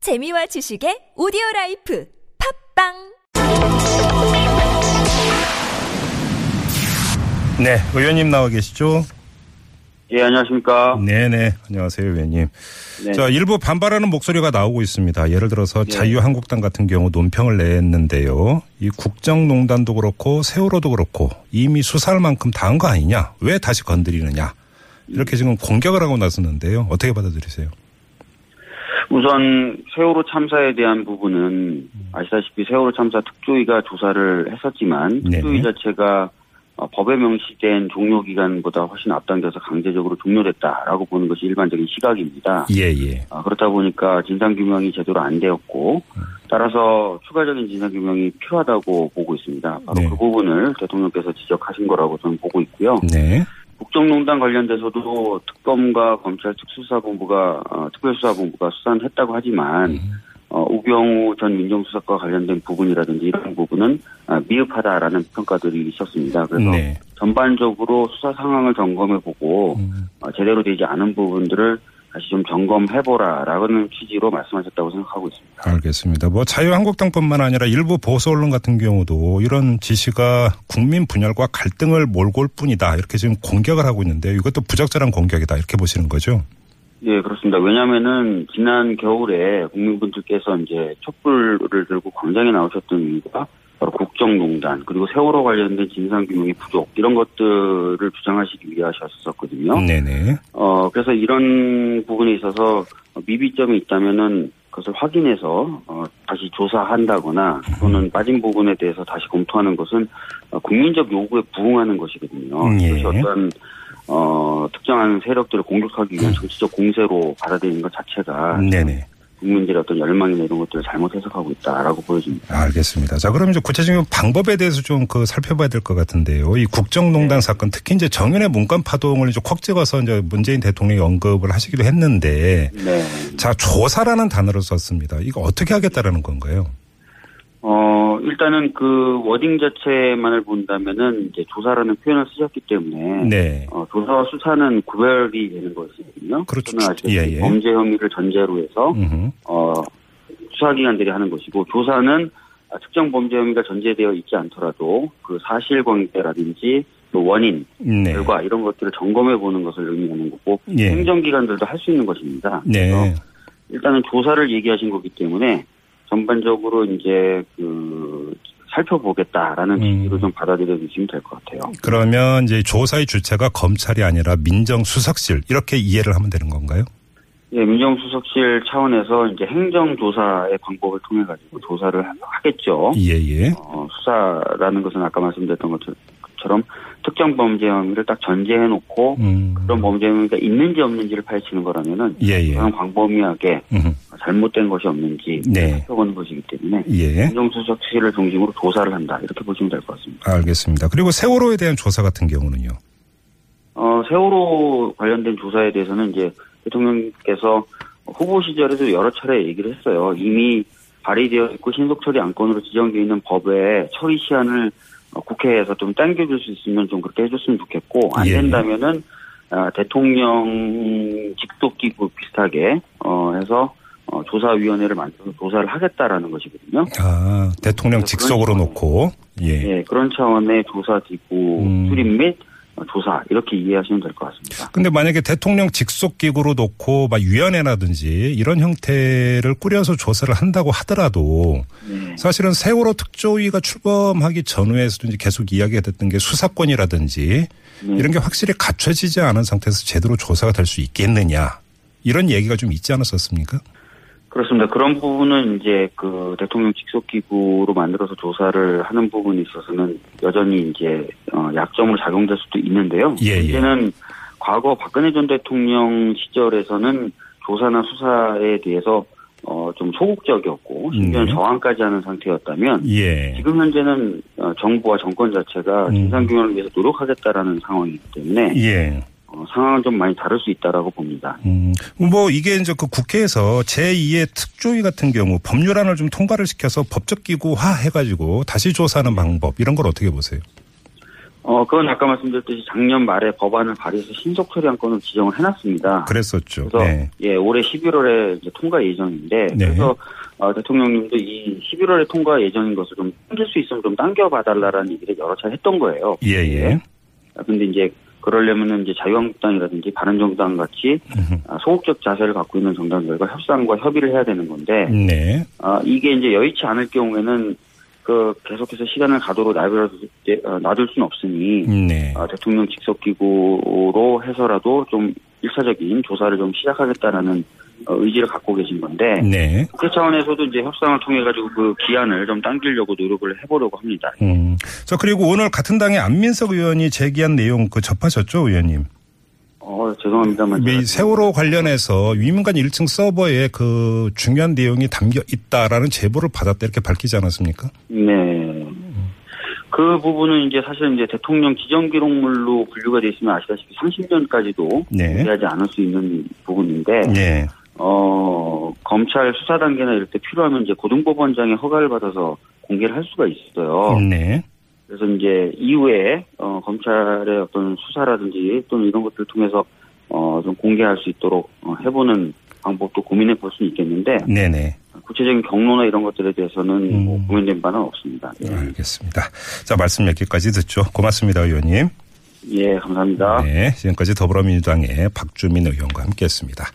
재미와 지식의 오디오 라이프 팝빵 네, 의원님 나와 계시죠? 예, 안녕하십니까. 네네, 안녕하세요, 의원님. 네. 음. 자, 일부 반발하는 목소리가 나오고 있습니다. 예를 들어서 자유한국당 같은 경우 논평을 냈는데요. 이 국정농단도 그렇고 세월호도 그렇고 이미 수사할 만큼 다 한 거 아니냐? 왜 다시 건드리느냐? 이렇게 지금 공격을 하고 나섰는데요. 어떻게 받아들이세요? 우선 세월호 참사에 대한 부분은 아시다시피 세월호 참사 특조위가 조사를 했었지만 네. 특조위 자체가 어, 법에 명시된 종료 기간보다 훨씬 앞당겨서 강제적으로 종료됐다라고 보는 것이 일반적인 시각입니다. 예, 예. 아, 그렇다 보니까 진상규명이 제대로 안 되었고 따라서 추가적인 진상규명이 필요하다고 보고 있습니다. 바로 네. 그 부분을 대통령께서 지적하신 거라고 저는 보고 있고요. 네. 국정농단 관련돼서도 특검과 검찰 특수사본부가 어, 특별수사본부가 수사는 했다고 하지만 어, 우병우 전 민정수석과 관련된 부분이라든지 이런 부분은 아, 미흡하다라는 평가들이 있었습니다. 그래서 네. 전반적으로 수사 상황을 점검해보고 음, 어, 제대로 되지 않은 부분들을 다시 좀 점검해보라라는 취지로 말씀하셨다고 생각하고 있습니다. 알겠습니다. 뭐 자유한국당뿐만 아니라 일부 보수 언론 같은 경우도 이런 지시가 국민 분열과 갈등을 몰고 올 뿐이다. 이렇게 지금 공격을 하고 있는데 이것도 부적절한 공격이다. 이렇게 보시는 거죠? 예, 그렇습니다. 왜냐면은, 지난 겨울에 국민분들께서 이제 촛불을 들고 광장에 나오셨던 이유가 바로 국정농단, 그리고 세월호 관련된 진상규명의 부족, 이런 것들을 주장하시기 위하셨었거든요. 네네. 어, 그래서 이런 부분에 있어서 미비점이 있다면은 그것을 확인해서 어, 다시 조사한다거나 또는 빠진 부분에 대해서 다시 검토하는 것은 어, 국민적 요구에 부응하는 것이거든요. 음, 예. 그것이 어떤 어, 특정한 세력들을 공격하기 음. 위한 정치적 공세로 받아들이는 것 자체가 네네. 국민들의 어떤 열망이나 이런 것들을 잘못 해석하고 있다라고 보여집니다. 알겠습니다. 자, 그럼 이제 구체적인 방법에 대해서 좀 그 살펴봐야 될 것 같은데요. 이 네. 국정농단 사건 특히 이제 정윤의 문간 파동을 이제 콕 찍어서 이제 문재인 대통령이 언급을 하시기도 했는데 네. 자, 조사라는 단어를 썼습니다. 이거 어떻게 하겠다라는 건가요? 어, 일단은 그 워딩 자체만을 본다면은 이제 조사라는 표현을 쓰셨기 때문에 네. 어, 조사와 수사는 구별이 되는 것이거든요. 그렇죠. 저는 아시다시피 예, 예. 범죄 혐의를 전제로 해서 음흠. 어, 수사기관들이 하는 것이고 조사는 아, 특정 범죄 혐의가 전제되어 있지 않더라도 그 사실관계라든지 또 원인, 네. 결과 이런 것들을 점검해 보는 것을 의미하는 거고 예. 행정기관들도 할 수 있는 것입니다. 그래서 네. 일단은 조사를 얘기하신 거기 때문에 전반적으로 이제 그 음. 살펴보겠다라는 취지로 좀 받아들여 주시면 될 것 같아요. 그러면 이제 조사의 주체가 검찰이 아니라 민정수석실 이렇게 이해를 하면 되는 건가요? 예, 민정수석실 차원에서 이제 행정조사의 방법을 통해 가지고 조사를 하겠죠. 예예. 어, 수사라는 것은 아까 말씀드렸던 것처럼 특정 범죄 혐의를 딱 전제해 놓고 음. 그런 범죄 혐의가 있는지 없는지를 파헤치는 거라면은 예예. 뭐 그냥 광범위하게 음흠. 잘못된 것이 없는지 네. 살펴보는 것이기 때문에 예. 민정수석실을 중심으로 조사를 한다 이렇게 보시면 될 것 같습니다. 알겠습니다. 그리고 세월호에 대한 조사 같은 경우는요. 어, 세월호 관련된 조사에 대해서는 이제 대통령께서 후보 시절에도 여러 차례 얘기를 했어요. 이미 발의되어 있고 신속 처리 안건으로 지정되어 있는 법에 처리 시한을 어, 국회에서 좀 당겨줄 수 있으면 좀 그렇게 해줬으면 좋겠고 안 예. 된다면은 아, 대통령 직속기구 뭐 비슷하게 어, 해서 어, 조사위원회를 만들어서 조사를 하겠다라는 것이거든요. 아 대통령 그래서 직속으로 그런 놓고 예. 예, 그런 차원의 조사기구 음. 출입 및 어, 조사 이렇게 이해하시면 될 것 같습니다. 근데 만약에 대통령 직속 기구로 놓고 막 위원회라든지 이런 형태를 꾸려서 조사를 한다고 하더라도 네. 사실은 세월호 특조위가 출범하기 전후에서도 이제 계속 이야기가 됐던 게 수사권이라든지 네. 이런 게 확실히 갖춰지지 않은 상태에서 제대로 조사가 될 수 있겠느냐 이런 얘기가 좀 있지 않았었습니까? 그렇습니다. 그런 부분은 이제 그 대통령 직속 기구로 만들어서 조사를 하는 부분에 있어서는 여전히 이제 어, 약점으로 작용될 수도 있는데요. 예, 예. 문제는 과거 박근혜 전 대통령 시절에서는 조사나 수사에 대해서 어, 좀 소극적이었고 심지어는 네. 저항까지 하는 상태였다면 예. 지금 현재는 어, 정부와 정권 자체가 음. 진상규명을 위해서 노력하겠다라는 상황이기 때문에 예. 어, 상황은 좀 많이 다를 수 있다라고 봅니다. 음, 뭐 이게 이제 그 국회에서 제2의 특조위 같은 경우 법률안을 좀 통과를 시켜서 법적 기구화 해가지고 다시 조사하는 방법 이런 걸 어떻게 보세요? 어, 그건 아까 말씀드렸듯이 작년 말에 법안을 발의해서 신속 처리안건으로 지정을 해놨습니다. 그랬었죠. 그래서 네. 예, 올해 11월에 이제 통과 예정인데 네. 그래서 어, 대통령님도 이 11월에 통과 예정인 것을 좀 당길 수 있으면 좀 당겨 봐달라라는 얘기를 여러 차례 했던 거예요. 예, 예. 아, 근데 이제 그러려면은 이제 자유한국당이라든지 바른정당 같이 음흠. 아, 소극적 자세를 갖고 있는 정당들과 협상과 협의를 해야 되는 건데 네. 아, 이게 이제 여의치 않을 경우에는 그 계속해서 시간을 가도록 놔둬 놔둘 수는 없으니 네. 아, 대통령 직속 기구로 해서라도 좀 일차적인 조사를 좀 시작하겠다라는 어, 의지를 갖고 계신 건데 네. 국회 차원에서도 이제 협상을 통해 가지고 그 기한을 좀 당기려고 노력을 해보려고 합니다. 음. 자, 그리고 오늘 같은 당의 안민석 의원이 제기한 내용 그 접하셨죠, 의원님? 어 죄송합니다만 제가 이 세월호 관련해서 위민관 1층 서버에 그 중요한 내용이 담겨 있다라는 제보를 받았다 이렇게 밝히지 않았습니까? 네. 그 부분은 이제 사실 이제 대통령 지정 기록물로 분류가 돼 있으면 아시다시피 30년까지도 네. 공개하지 않을 수 있는 부분인데 예. 어 검찰 수사 단계나 이럴 때 필요하면 이제 고등법원장의 허가를 받아서 공개를 할 수가 있어요. 네. 그래서 이제 이후에 어, 검찰의 어떤 수사라든지 또는 이런 것들을 통해서 어, 좀 공개할 수 있도록 어, 해보는 방법도 고민해 볼 수는 있겠는데 네네. 구체적인 경로나 이런 것들에 대해서는 음. 네. 뭐 고민된 바는 없습니다. 예. 알겠습니다. 자, 말씀 여기까지 듣죠. 고맙습니다, 의원님. 예, 감사합니다. 네. 지금까지 더불어민주당의 박주민 의원과 함께 했습니다.